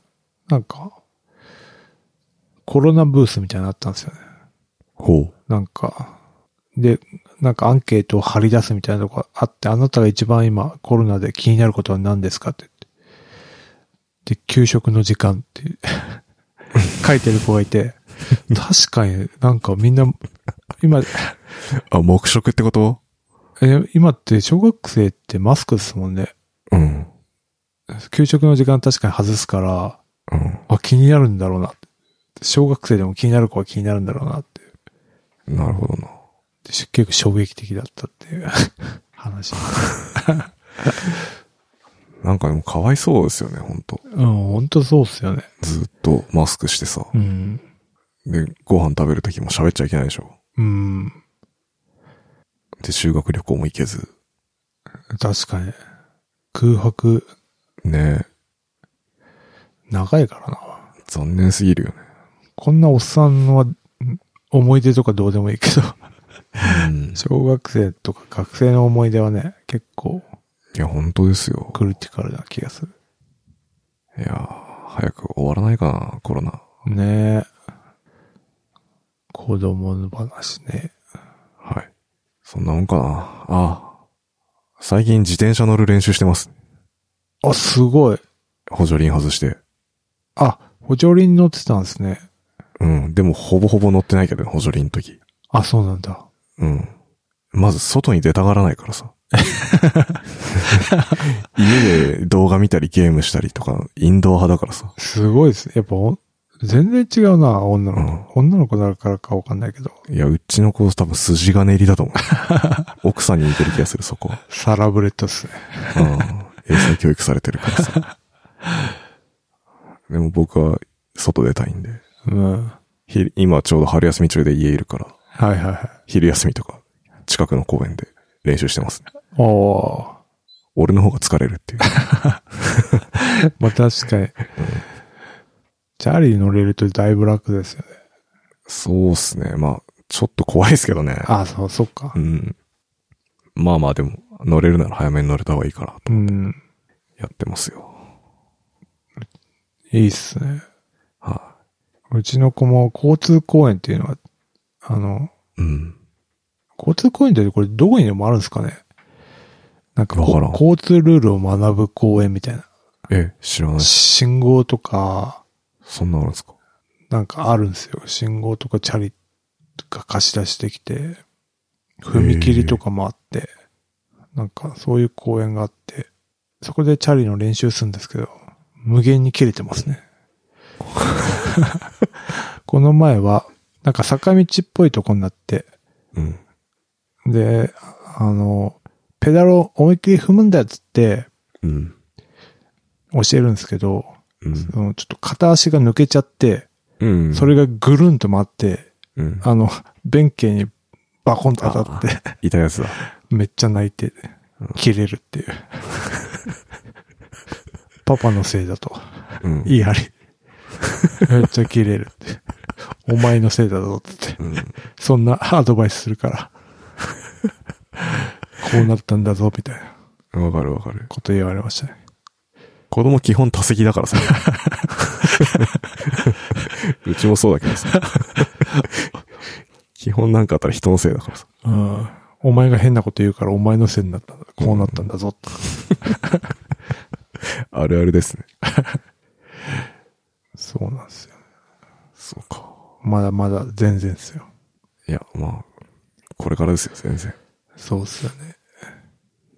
Speaker 1: なんか、コロナブースみたいなのあったんですよね。
Speaker 2: ほう。
Speaker 1: なんか、で、なんかアンケートを張り出すみたいなとこがあって、あなたが一番今コロナで気になることは何ですかって言って。で、給食の時間っていう 書いてる子がいて、確かになんかみんな、今、
Speaker 2: あ、黙食ってこと
Speaker 1: え今って小学生ってマスクですもんね。
Speaker 2: うん。
Speaker 1: 給食の時間確かに外すから、
Speaker 2: うん。
Speaker 1: あ、気になるんだろうなって。小学生でも気になる子は気になるんだろうなって。
Speaker 2: なるほどな。
Speaker 1: でし結構衝撃的だったっていう 話。
Speaker 2: なんかでもかわいそうですよね、ほんと。
Speaker 1: うん、本当そうっすよね。
Speaker 2: ずっとマスクしてさ。
Speaker 1: うん。
Speaker 2: で、ご飯食べる時も喋っちゃいけないでしょ。
Speaker 1: うん。
Speaker 2: で、修学旅行も行けず。
Speaker 1: 確かに。空白、
Speaker 2: ねえ、
Speaker 1: 長いからな。
Speaker 2: 残念すぎるよね。
Speaker 1: こんなおっさんは、ん思い出とかどうでもいいけど、
Speaker 2: うん。い
Speaker 1: 小学生とか学生の思い出はね、結構
Speaker 2: や、ほんとですよ。
Speaker 1: クリティカルな気がする。
Speaker 2: わらないかな、コロナ。
Speaker 1: ねえ。子供の話ね。
Speaker 2: はい。そんなもんかな。ああ。最近自転車乗る練習してます。
Speaker 1: あ、すごい。
Speaker 2: 補助輪外して。
Speaker 1: あ、補助輪乗ってたんですね。
Speaker 2: うん。でもほぼほぼ乗ってないけどね、補助輪の時。
Speaker 1: あ、そうなんだ。
Speaker 2: うん。まず外に出たがらないからさ。家で動画見たりゲームしたりとか、インドア派だからさ。
Speaker 1: すごいですね。やっぱお、全然違うな、女の子。女の子だからかわかんないけど。
Speaker 2: いや、うちの子多分筋金入りだと思う。奥さんに似てる気がする、そこは。
Speaker 1: サラブレッドっすね。
Speaker 2: うん。英才教育されてるからさ。でも僕は外出たいんで。
Speaker 1: うん。は
Speaker 2: ひ今ちょうど春休み中で家いるから、
Speaker 1: いはいはい。
Speaker 2: 昼休みとか、近くの公園で練習してますね。
Speaker 1: おー。
Speaker 2: 俺の方が疲れるっていう。
Speaker 1: まあ確かに。チャーリー乗れるとだいぶ楽ですよね。
Speaker 2: そうっすね。まあ、ちょっと怖いですけどね。
Speaker 1: あ、そう、そっか
Speaker 2: う。ん。まあまあでも、乗れるなら早めに乗れた方がいいから、と
Speaker 1: うん。
Speaker 2: やってますよ。
Speaker 1: いいっすね。
Speaker 2: は
Speaker 1: うちの子も交通公園っていうのは、あの、
Speaker 2: い、うん。
Speaker 1: 交通公園ってこれどこにでもあるんですかねなんかこ
Speaker 2: わからん
Speaker 1: 交通ルールを学ぶ公園みたいな。
Speaker 2: え、知らない。
Speaker 1: 信号とか、
Speaker 2: そんなのあるんですか
Speaker 1: なんかあるんですよ。信号とかチャリが貸し出してきて、踏切とかもあって、なんかそういう公園があって、そこでチャリの練習するんですけど、無限に切れてますね。 この前は、なんか坂道っぽいとこになって、
Speaker 2: うん。
Speaker 1: で、あの、ペダルを思いっきり踏むんだっつって
Speaker 2: うん。
Speaker 1: 教えるんですけど、
Speaker 2: うん
Speaker 1: そのちょっと片足が抜けちゃって、
Speaker 2: うん。
Speaker 1: それがぐるんと回って、
Speaker 2: うん、
Speaker 1: あの、弁慶にバコンと当たって、
Speaker 2: いたやつだ。
Speaker 1: めっちゃ泣いて、切れるっていう。パパのせいだと。
Speaker 2: うん。
Speaker 1: いいあり。めっちゃ切れるって。お前のせいだぞってって。
Speaker 2: うん。
Speaker 1: そんなアドバイスするから。こうなったんだぞ、みたいな
Speaker 2: わかるわかる。
Speaker 1: こと言われましたね。
Speaker 2: 子供基本多席だからさ。うちもそうだけどさ。 基本なんかあったら人のせいだからさ。
Speaker 1: うん。お前が変なこと言うからお前のせいになったんだ。こうなったんだぞって。
Speaker 2: あるあるですね。
Speaker 1: そうなんですよ。
Speaker 2: そうか。
Speaker 1: まだまだ全然ですよ。
Speaker 2: いや、まあ、これからですよ、全然。
Speaker 1: そうっすよね。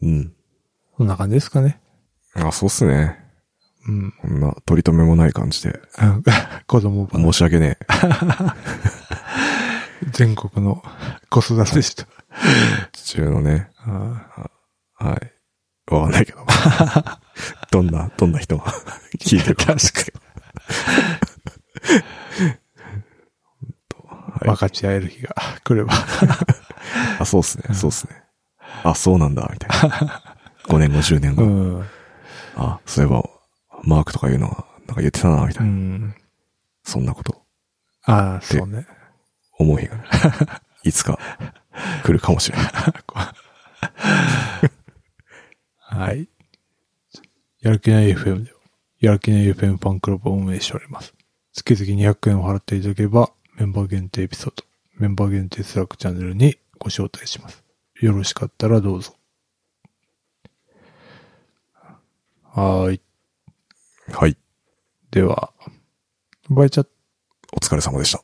Speaker 2: うん。
Speaker 1: こんな感じですかね。
Speaker 2: あ、そうっすね。
Speaker 1: うん。
Speaker 2: こんな取り留めもない感じで。
Speaker 1: あ 子供版、
Speaker 2: 申し訳ねえ。
Speaker 1: 全国の子育てした。
Speaker 2: 父親のね。
Speaker 1: あ
Speaker 2: はい。わかんないけど。 どんな、どんな人が 聞いて るか。確か
Speaker 1: あ
Speaker 2: はい
Speaker 1: 分かち合える日が来れば。
Speaker 2: に。あ、そうっすね、そうっすね。あ、そうなんだ、みたいな。5年後、10年後。
Speaker 1: うん。
Speaker 2: あ、そういえば、マークとかいうのは、なんか言ってたな、みたいうな。
Speaker 1: ん。
Speaker 2: そんなこと、
Speaker 1: ああ、そうね。
Speaker 2: 思う日がね、いつか、来るかもしれない。
Speaker 1: はい。やる気ない FM では、やる気ない FM ファンクラブを運営しております。月々200円を払っていただければ、メンバー限定エピソード、メンバー限定スラックチャンネルにご招待します。よろしかったらどうぞ。はーい。
Speaker 2: はい。
Speaker 1: では、バイチャット
Speaker 2: お疲れ様でした。